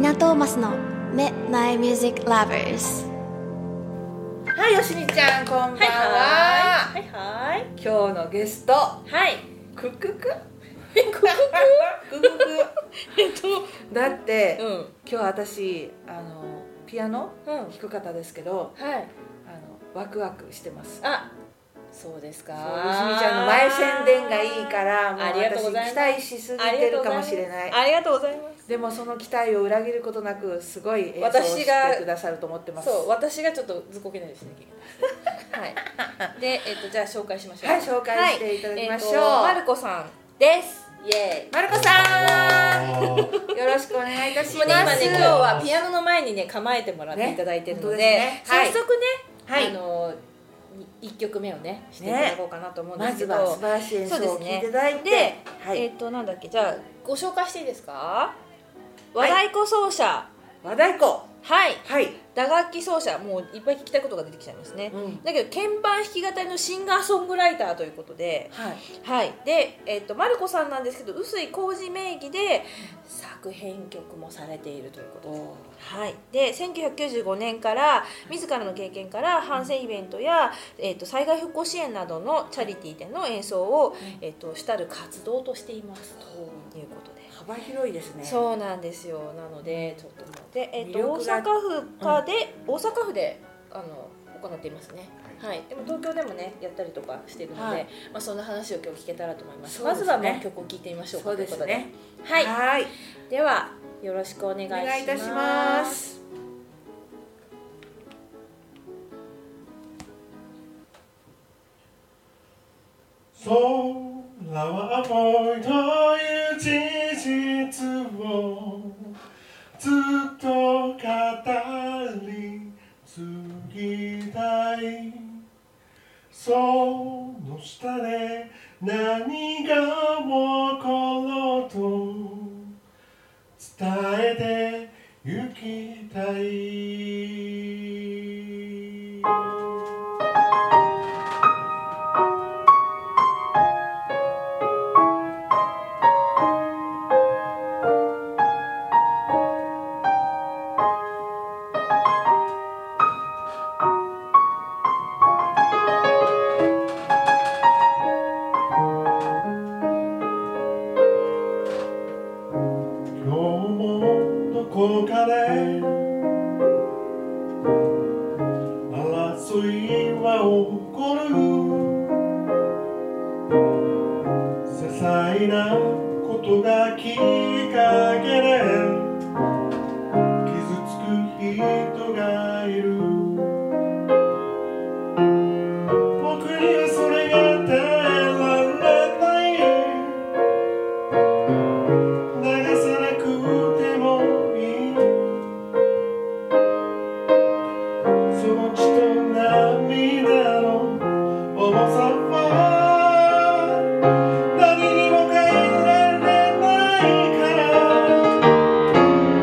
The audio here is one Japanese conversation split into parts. ナトーマスの Midnight Music Lovers はい、よしみちゃん、こんばんは。はいはい今日のゲスト、 はいクックク。えこクックク。えっとだって、うん今日私、あの、ピアノうん弾く方ですけど、はいあの、ワクワクしてます。あそうですかそうよしみちゃんの前宣伝がいいから、もうありがとうご私ざいます期待しすぎありてがとるうかもございますしれない。ありがとうございますでもその期待を裏切ることなくすごい演奏をして私がくださると思ってます。そう私がちょっとずっこけないですね はいでえっとじゃあ紹介しましょうはい紹介していただきましょうはいえっとマルコさんですイエーイマルコさあん、よろしくお願いいたします。もうね、今ね今日はピアノの前にね構えてもらっていただいてるので,、ね本当早ですね速ね、はいあの1曲目をねしていただこうかなと思うんでますけずど、は素晴らしい演奏を聴いていただいて、そうですねはいえっ、となんだっけじゃあご紹介していいですか和太鼓奏者はい、和太鼓はい、打楽器奏者もういっぱい聞きたいことが出てきちゃいますね、うんだけど鍵盤弾き語りのシンガーソングライターということではい、はい、で、えっとマルコさんなんですけど臼井浩二名義で作編曲もされているということです。はい、で1995年から自らの経験から反戦イベントや、えっと災害復興支援などのチャリティーでの演奏を、えっとしたる活動としていますということで。幅広いですね。う、そうなんですよなのでちょっともうで、えっと魅大力が阪府かで、大阪府であの行っていますね、はいでも東京でもねやったりとかしてるので、はいまあ、その話を今日聞けたらと思いますそうまですずねはもう曲を聴いてみましょうかそうですというね。ことで、はい、はい、ではよろしくお願いおします願いいたします。空は青いという事実をずっと語り継ぎたいその下で何が起ころうと伝えてゆきたい今日もどこかで争いは起こる些細なことがきっかけで傷つく人がいる僕にはそれが耐えられない流さなくてもいい」「その血と涙の重さは」「何にも変えられないから」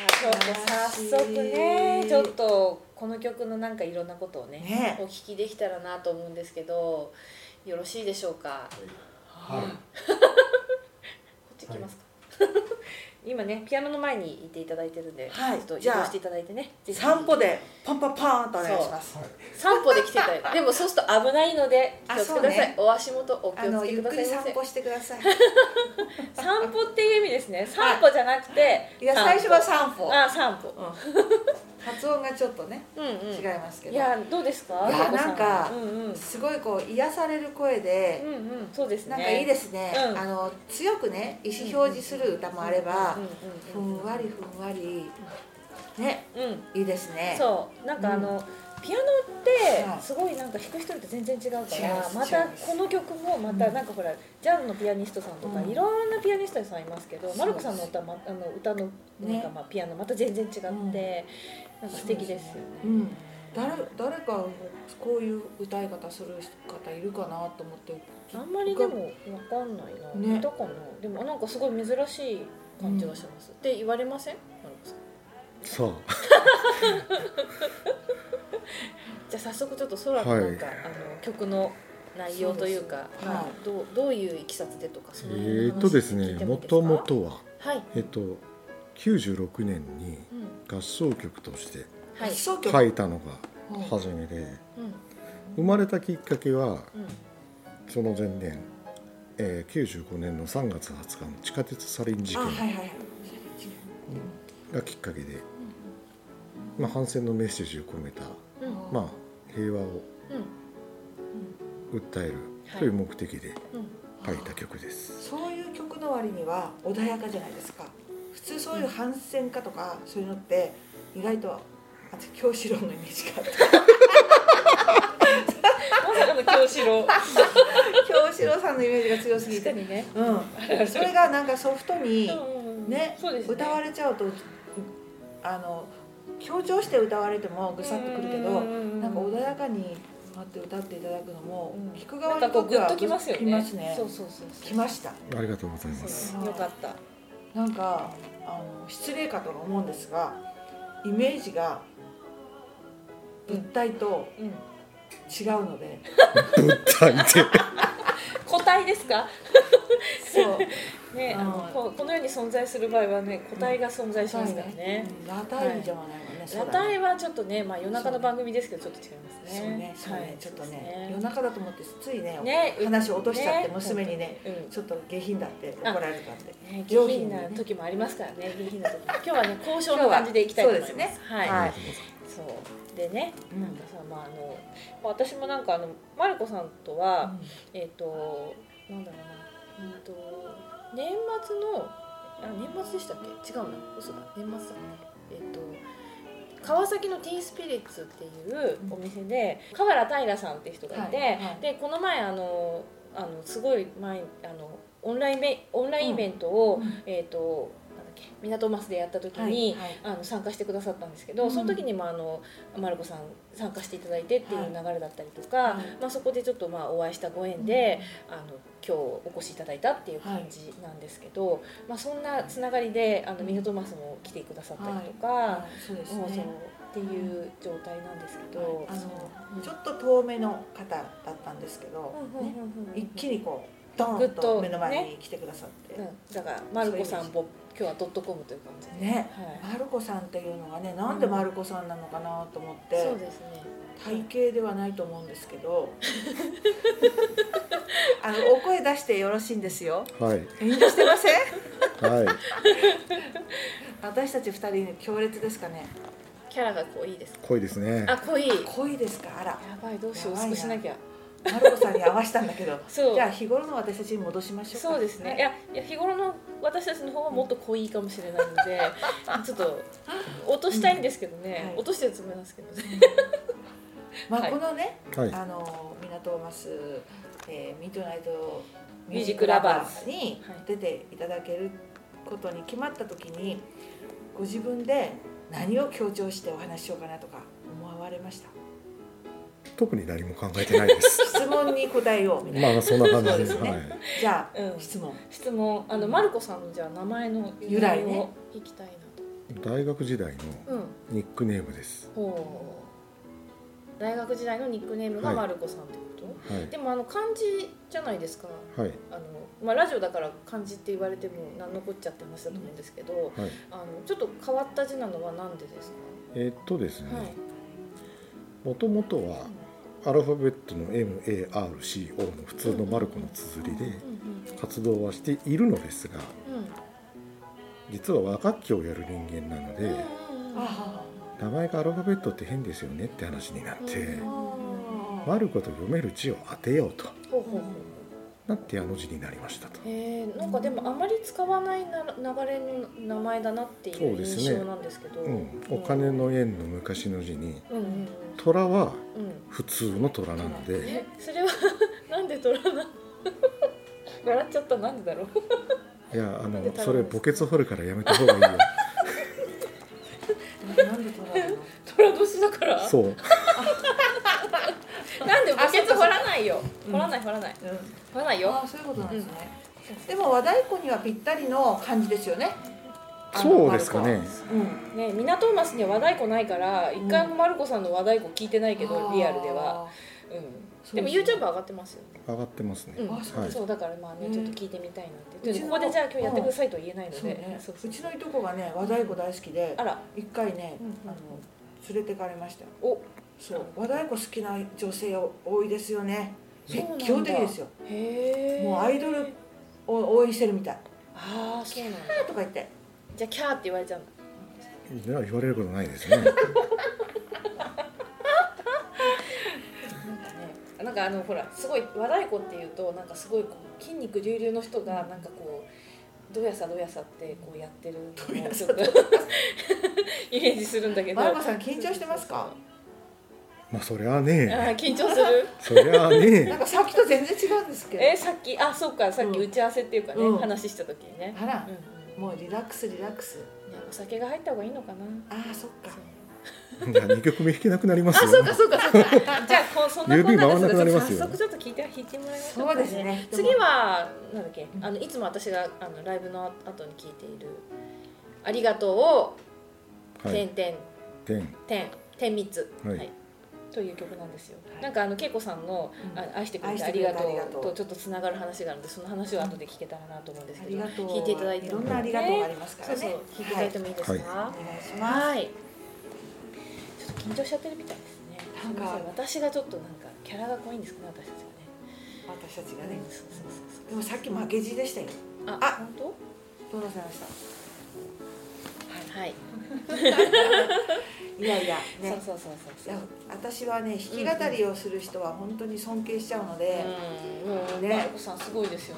足ねちょっとこの曲のなんかいろんなことをねねお聞きできたらなと思うんですけどよろしいでしょうかはいこっち行きますか、 今ねピアノの前にいていただいてるんで、はいちょっと移じゃ動あしていただいてねぜひ散歩でパンパンパーンとお願いしますはい散歩で来ていただい てでもそうすると危ないのであ気をつけてください、そうねお足元お気あをのつけゆくっだくさりいま散せ歩してください散歩っていう意味ですね散歩じゃなくていや最初は散歩あ散歩発音がちょっとねうんうん違いますけいどやどうですかいやお子さなんかうんうんうんすごいこう癒される声でうんそうですなねんかいいですねうんあの強くね意思表示する歌もあればふうんうんんわりふんわりねうんうんいいですねそうなんかあの、ピアノはっいてすごいなんか弾く人と全然違うから違いますま違たいますこの曲もまたなんかほらジャンのピアニストさんとかうんいろんなピアニストさんいますけどそうマルコさんの歌,、ま、あの歌のなんかまあピアノまた全然違って、うんなんか素敵ですよね。うん誰誰かこういう歌い方する方いるかなと思ってあんまりでもわかんないな、ねいたかなでもなんかすごい珍しい感じがします、って言われませんマルコさんそうじゃあ早速ちょっと空のなんか、あの曲の内容というかそうですまあはいどうどういういきさつでとかその辺えのー、話とですね聞いてもいもいですかともとははい、えっと96年にうん、合唱曲としてはい合、唱曲書いたのがうん初めでうん、生まれたきっかけはうん、その前年、えー95年の3月20日の地下鉄サリン事あ件はいはいはいがきっかけで、まあ、反戦のメッセージを込めた、うん、まあ、平和をうん、訴えるはいという目的でうん、書いた曲です。そういう曲の割には穏やかじゃないですか普通そういう反戦歌とかそういうのって意外とあと京志郎のイメージ があったまさかの京 志郎。京志郎さんのイメージが強すぎ確かて、にね。うん、それがなんかソフト にねそうですね。歌われれちゃうとあの強調して歌われてもぐさっとくるけどなんか穏やかに待って歌っていただくのもうん聞くな側んにかことうっグてッはときますよね。きますねそうそうそうそう。きましたありがとうございま す。そうよかった。なんかあの失礼かとは思うんですがイメージが物体とうん。違うので、物体で個体ですか？そうね、あのうんここの世に存在する場合はね、個体が存在しますからね。うん裸体じゃないもんね、そ裸うだね体はちょっとね、まあ夜中の番組ですけどちょっと違いますね。そうねそうはねいちょっとそうですね夜中だと思ってついねね話を落としちゃってね娘にねうんちょっと下品だって怒られるかってね下上品品になね時もありますから ね、下品な時も。今日はね、交渉の感じでいきたいと思います。今日はそうですはい、はいそう、でね、うんなんかさ、まあ、あの、まあ私もなんか、あの、マルコさんとは、えっ、と、なんだろうな、うんと、年末の。あ、年末でしたっけ、違うな、嘘だ、年末だね、えっ、と。川崎のティースピリッツっていうお店で、河原平さんって人がいて、はいはいでこの前あのあのすごい前あのオンラインメオンラインイベントを、うんえっ、となんだっけ港マスでやった時に、はいあの参加してくださったんですけど、うんその時にもあのマルコさん参加していただいてっていう流れだったりとか、いはいまあ、そこでちょっとまあお会いしたご縁で、あの今日お越しいただいたっていう感じなんですけど、まあ、そんなつながりであの港マスも来てくださったりとか、はいそうですもうそうねっていう状態なんですけど、はいあのちょっと遠目の方だったんですけどうんうんねうんうん一気にこうドぐっーンととね目の前に来てくださってうん、だからマルコさんぼ今日はドットコムという感じでねはマルコさんっていうのがねなんでマルコさんなのかなと思っい、そてうですね体型ではないと思うんですけど あのお声出してよろしいんですよはい遠慮してませんはい私たち二人強烈ですかねキャラが濃いですか濃いですね。あ濃いや恋ですかあらばいどうしようやばい薄なくしなきゃマルコさんに合わせたんだけどそうじゃあ日頃の私たちに戻しましょうかそうですねいやいや日頃の私たちの方はもっと濃いかもしれないの でちょっと落としたいんですけどね、うんはい落としてるつもりなんですけどねまあ、はいこのね、はいあの港マス、えーミッドナイトミュージックラバーズにはい出ていただけることに決まった時にご自分で何を強調してお話ししようかなとか思われました特に何も考えてないです。質問に答えよう みたいな まあそんな感じです。そうですねはい。じゃあ、うん質問質問あのマルコさんのじゃあ名前の由来ねをいきたいなと大学時代のうんニックネームです、ほう大学時代のニックネームがマルコさんってこと、はいでもあの漢字じゃないですかはいあの、まあ、ラジオだから漢字って言われても何のこっちゃって話だと思うんですけどはいあのちょっと変わった字なのは何でですえっとですか、はいねもともとはアルファベットの MARCO の普通のマルコの綴りでうんうん活動はしているのですうがん実は和楽器をやる人間なのうんうんでうんうんあ名前がアルファベットって変ですよねって話になってあマルコと読める字を当てようとほうほうほなってあの字になりましたとうへえなんかでもあまり使わないな流れの名前だなってそいううですね印象なんですけどうん、お金の円の昔の字にうんうん虎はうんうん普通の虎なのでえそれは なんで取らない 笑っちゃったなんでだろう いやあなんでの虎それ墓穴掘るからやめた方がいいよなんで取られるの虎年だからそうなんでバケツ掘らないよ掘らない掘らないうん掘らないあよあそういうことなんですね、でも和太鼓にはぴったりの感じですよねあのそうですかねうんね港マスには和太鼓ないから一回もマルコさんの和太鼓聞いてないけどリアルではうんでもそう YouTube そう上がってますよ上がってますね、うんあそうはいそうだからまあねうんちょっと聞いてみたいなってうちこのこでじゃあ今日やってくださいとは言えないのそうねでそうそううちのいとこがね和太鼓大好きであら一回ね、うんうんあの連れてかれましたよおそう和太鼓好きな女性多いですよねそう熱なんだ狂的ですよへえもうアイドルを応援してるみたいああそうなんだ「とか言ってじゃあキャーって言われちゃうのでは言われることないですねな んかね、なんかあのほらすごい和太鼓っていうとなんかすごいこう筋肉隆々の人がなんかこうどやさどやさってこうやってるどのやをちさょっと イメージするんだけど。マルコさん緊張してますかまあそりゃああーね緊張す る。そりゃあ なんねかさっきと全然違うんですけどえさっきあそうかさっきうん打ち合わせっていうかね、うん話した時にね。あらうん、もうリラックスリラックスうんいやお酒が入った方がいいのかな。ああそっかそう2曲目弾けなくなりますあよそうかそうかそうか。じゃあこうそんなこんな指回んなくなりますよ早速ちょっと聞いて弾いてもらいましょうそかうですね次はなんだっけあのいつも私があのライブの後に聞いている「ありがとう」を「はてんいてんでんてんてんみつ」はいという曲なんですよ、はいなんかあの恵子さんの「うあん愛してくれてあ愛してくりれてがとありがうと」うとちょっとつながる話があるのでその話は後で聞けたらなと思うんですあけりどがとう弾いていただいていもろんなありがとうがありますかそらうねそう弾いていただいてもいいですか、はいお願いしますはい。ちょっと緊張しちゃってるみたいですね。なんかすいませ私がちょっとなんかキャラが濃いんですかね、私たちがね。私たちがねうんそうそうそうでもさっき負けじでしたよそう。あ、あ本当？どうなさいましたはい。はい。いやいやねそうそうそういそうや。私はね弾き語りをする人は本当に尊敬しちゃうので、うん、もうね、ねマルコさんすごいですよ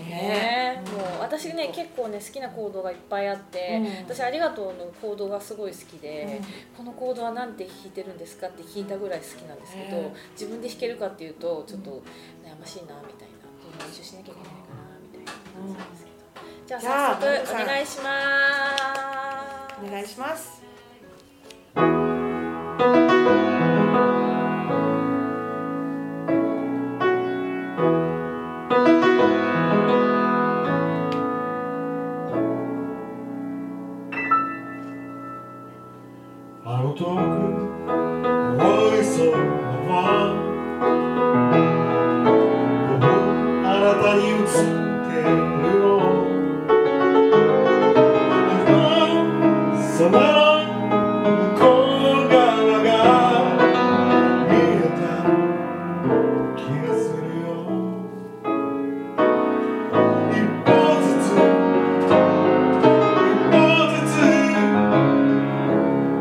ねね。もう私ね結構ね好きな行動がいっぱいあって、うん私ありがとうの行動がすごい好きで、この行動はなんて弾いてるんですかって聞いたぐらい好きなんですけど、うん自分で弾けるかっていうとちょっと悩ましいなみたいな練習しなきゃいけないかなみたいな感じなんですけど、じゃじゃああマル早コさん速お願いしますお願いしますあの遠く青い空は僕あなたに映ってるのあの空の向こう側が見えた気がするよ一歩ずつ一歩ずつ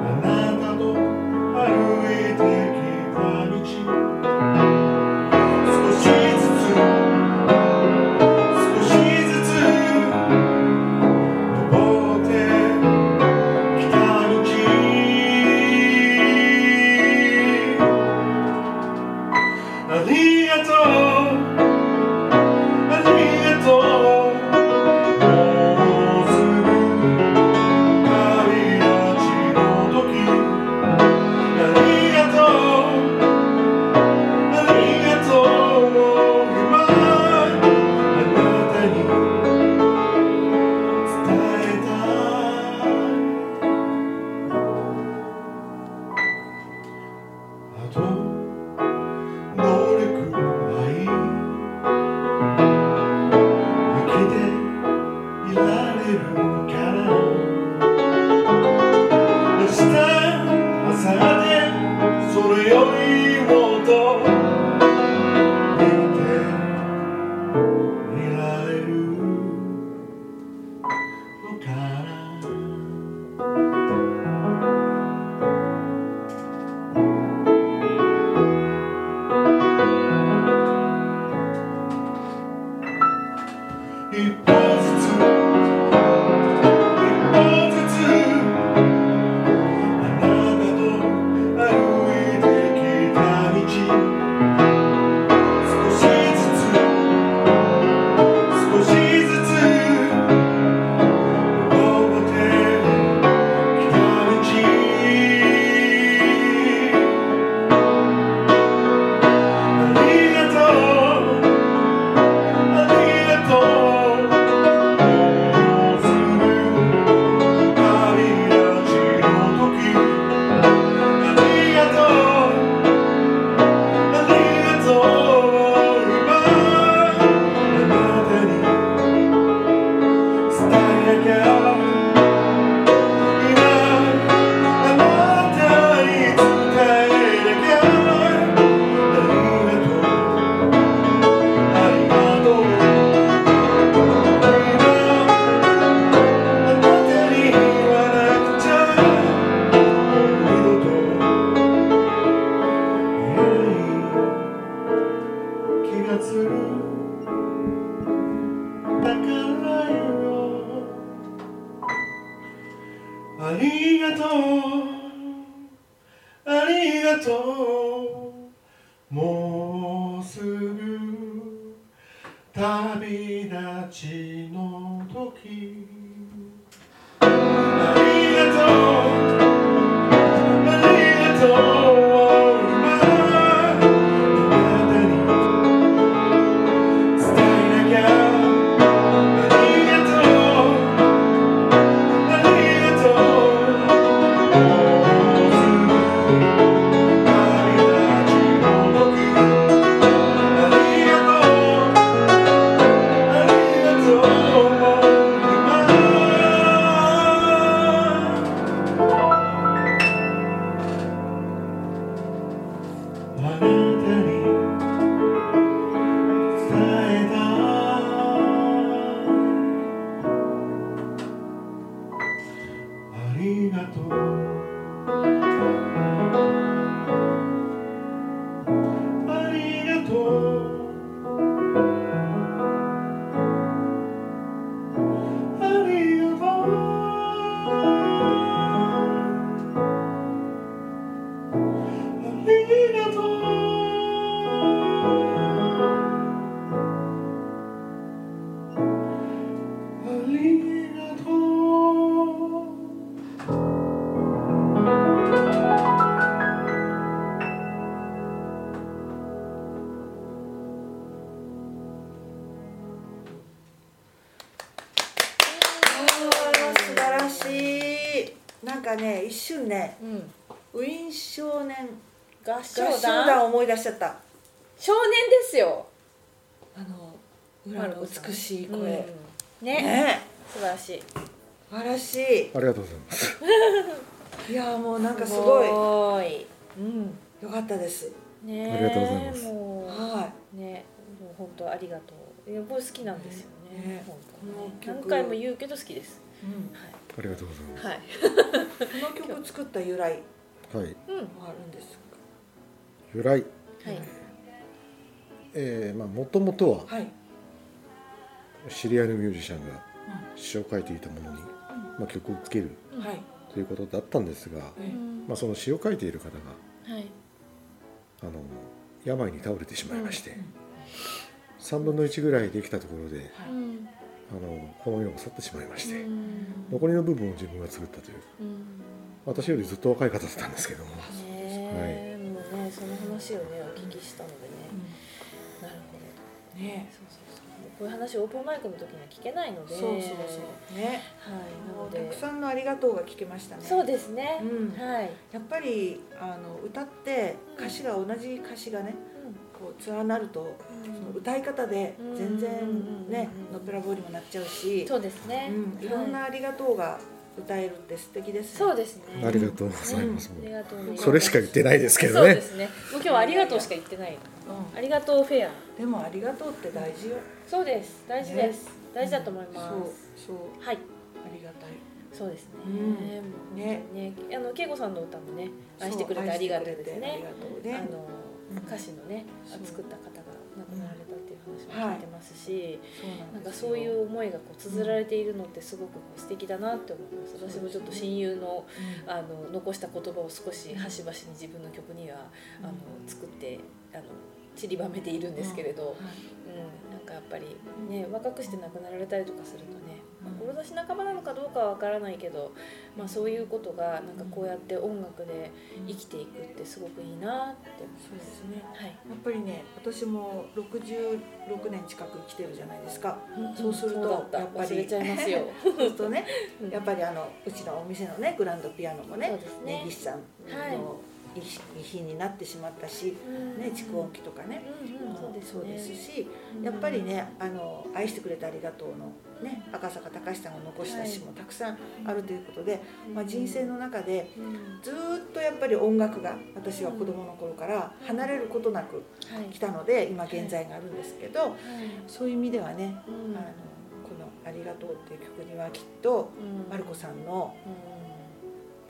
あなたと歩いてきた道少しずつ少しずつ登ってきた道ありがとうありがとうもうすぐ旅立ちの時ありがとうありがとうもうすぐ旅立ちの時今あなたに伝えたいがするだからよありがとうありがとうもうすぐ旅立ちの時ありがとうありがとう「あなたに届けたい」「伝えなきゃ」「ありがとうありがとう」「もうすぐ旅立ちの僕」「ありがとうありがとうもう今」あなたに伝えたい」「ありがとう」「ありがとう」「ありがとう」ありがとうありがとう素晴らしいなんかね一瞬ねうん、ウィーン少年合唱合団唱団を思い出しちゃった少年ですよあの裏の美しい声、うんねねえ素晴らしい素晴らしいありがとうございますいやーもうなんかすごいごいうんよかったですねえありがとうございますもはうねもう本当ありがとういやこれ好きなんですよねね本こ当の何曲回も言うけど好きですい、うんありがとうございまはいこの曲作った由来すはいうんもあるんですか由来はいえーまあもともとははい知り合いのミュージシャンが詩を書いていたものに、まあ、曲をつけるはいということだったんですが、ううんんまあ、その詩を書いている方がはいあの病に倒れてしまいまして、3分の1ぐらいできたところではういんあのこの世を去ってしまいまして、うん残りの部分を自分が作ったといううん私よりずっと若い方だったんですけどもねえもうねその話をねお聞きしたのでねなるほどうんねそうそうそうこういう話オープンマイクの時には聞けないのそでうそうそうねはいなものうでたくさんのありがとうが聞けましたねそうですね、うんはい、やっぱりあの歌って歌詞が同じ歌詞がねこう連なるとその歌い方で全然ねうんのっぺらぼうにもなっちゃうしそうですね、うんいろんはなありがとうが歌えるって素敵ですねそうですねありがとうございます、うんありもがとうございますうそれしか言ってないですけどそうねですねもう今日はありがとうしか言ってないうんありがとうフェアでもありがとうって大事よそうです大事です、大事だと思いそうます、そうはいありがたいそうですね、うんもうねあの恵子さんの歌もね愛してくれそうてありがとうです愛してねくれてありがあとうねのうん歌詞のねそう作った方が亡くなられたっていう話も聞いてますし、そうなんでかすよそういう思いがこう綴られているのってすごくこう素敵だなって思います私もちょっと親友のうんあの残した言葉を少し端々に自分の曲にはあの作ってあの散りばめているんですけれど、はいうん、なんかやっぱりね若くして亡くなられたりとかするとね志半ばなのかどうかは分からないけど、まあ、そういうことがなんかこうやって音楽で生きていくってすごくいいなってそ思いうま。ですすねはい、やっぱりね私も66年近く生きてるじゃないですかそうするとだったやっぱり忘れちゃいますよ。そうするとね うんやっぱりあのうちのお店のねグランドピアノもそうねですね根岸さんはいの遺品になってしまったし、ね、蓄音機とかね、うんうんそうですねしやっぱりねあの「愛してくれてありがとうの」ね赤坂隆史さんが残した詩もたくさんあるということで、まあ、人生の中でうん、ずーっとやっぱり音楽が私は子どもの頃から離れることなくはい、来たので今現在があるんですけどはい、そういう意味ではね「うあのんこのありがとう」っていう曲にはきっとうんマルコさんの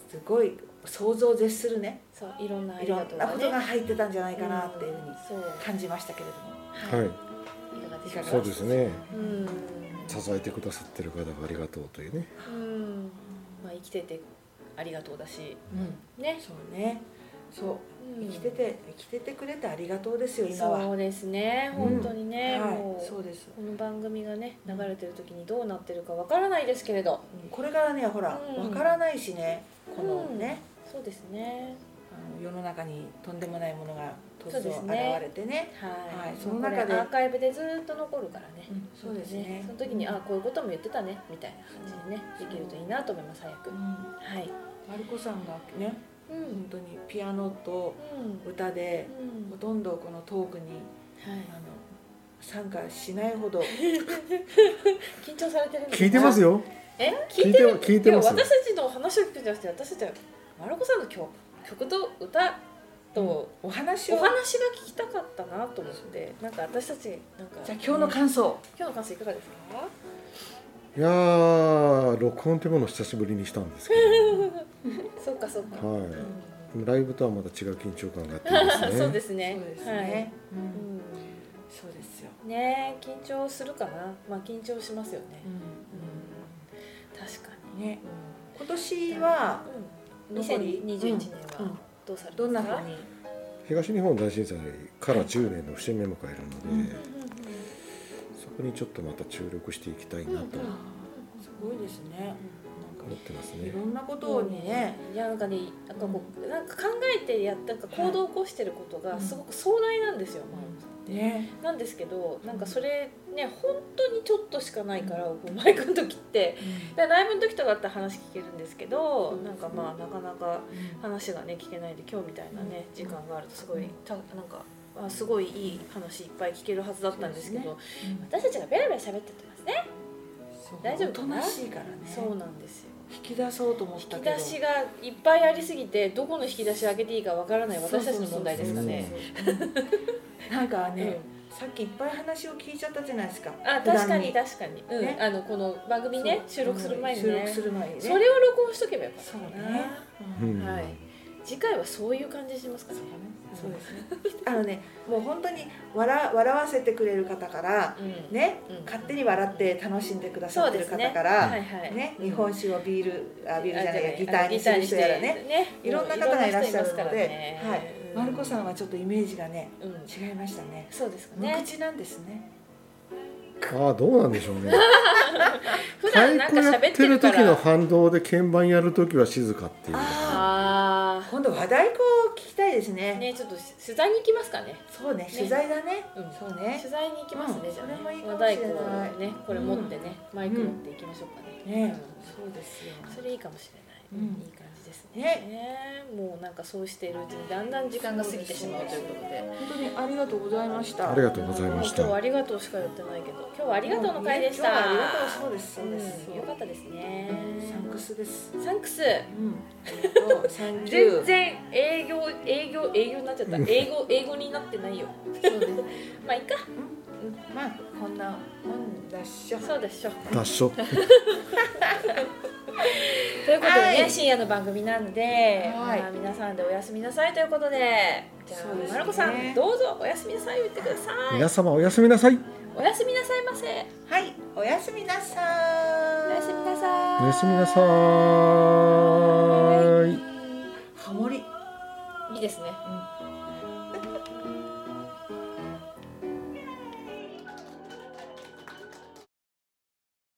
うすごい想像を絶するねそういろんなあいりろがとんうながことねが入ってたんじゃないかなっていうふうにそう感じましたけれどもはい、いかがでしょうかそうですねうん支えてくださってる方がありがとうというねうんまあ生きててありがとうだしうんねそうねそううん生きてて生きててくれてありがとうですよ今はそうですねうん本当にね、もはういそうですこの番組がね流れてる時にどうなってるかわからないですけれどうんこれからねほらわうんからないしねこのねそうですねあの世の中にとんでもないものが突そうで如す現ねれてねはい、はいその中でもうこれアーカイブでずっと残るからね、うんそうですねその時にあこういうことも言ってたねみたいな感じでねできるといいなと思います早く、うはんいマルコさんがねうん本当にピアノとうん歌でうんほとんどこのトークにはいあの参加しないほど緊張されてるんです聞いてますよよえ聞聞いいててはる聞いてますや私たちの話を聞くんじゃなくて私たちはマルコさんの曲曲と歌とお話おを話が聞きたかったなと思ってなんか私たちなんかじゃあ今日のね感想今日の感想いかがですかいやー録音ってものを久しぶりにしたんですけそうかそうか、どはいうんライブとはまた違う緊張感があっていいですね そうですねそうですはいねううんんそうですよねえ緊張するかなまあ緊張しますよね、う確かんねに、今年はうん、残り2021年うんうんはどうされますか、どんなふうに東日本大震災から10年の節目を迎えるので、そこにちょっとまた注力していきたいなとうんうんすごいですね思ってますいねろ。んなことにねいやなんかねなんかこうなんか考えてやったなんか行動を起こしてることがすごく壮大なんですよ、ねなんですけどなんかそれね本当にちょっとしかないからこうマイクの時ってでライブの時とかだったら話聞けるんですけどなんかまあなかなか話がね聞けないで今日みたいなね時間があるとすごいたなんかあすごいいい話いっぱい聞けるはずだったんですけそど私たちがベラベラ喋っててますね大大丈丈夫お夫とかななしいからねそうなんですよ引き出そうと思っ引たきけど出しがいっぱいありすぎてどこの引き出しを開けていいかわからない私たちの問題ですかねそうそうそうそうなんかねさっきいっぱい話を聞いちゃったじゃないですかあ確かに確かに、うんねあのこの番組ね収録する前にね収録する前にねそれを録音しとけばよかったそうかなねううんんはい次回はそういう感じしますかねそうですねあのねもう本当に笑笑わせてくれる方からうん、ねうん勝手に笑って楽しんでくださってるそうですね方からはいはいね日本酒をビールあビールじゃないやギターにすある人やらねいろんな方がいらっしゃるので、はい、マルコさんは、はちょっとイメージがねうん、違いましたね。そうですか無ね口なんですね。ああどうなんでしょう ね。普段太なんか鼓や喋っっててるるから時の反動で鍵盤やる時は静かっていう。あ今度和太鼓を聞きたいですあね。ねちょっと取材に行きますかねそうね、取材だね。うんそうね取。材に行きますね、うんじゃあそねれもいいか和もし太れない鼓をねこれ持ってね、マイク持って行きましょうかね,うん、ね、そうですよ。それいいかもしれなうい、んいい感じですねねもうなんかそうしているうちにだんだん時間が過ぎてしまうということで本当にありがとうございました。ありがとうございまし今日はた。ありがとうしか言ってないけど今日はあありがとうの回でした、今日はありがとう、そうです、そうです。うん、よかったですね。サンクスです。サンクス。うん。ありがとうサンキュー。全然営業営業営業になっちゃった。英語英語になってないよ。そうです。まあいいか。まあ、こんなもんだっしょ。そうでしょう。脱書。ということでね、はい深夜の番組なんで、はいまあ皆さんでおやすみなさいということで、じゃそうですねあまるこさんどうぞおやすみなさいを言ってください。皆様おやすみなさい。おやすみなさいませ。はい、おやすみなさーおい。やすみなさい。おやすみなさーい。ハモリ。いいですね。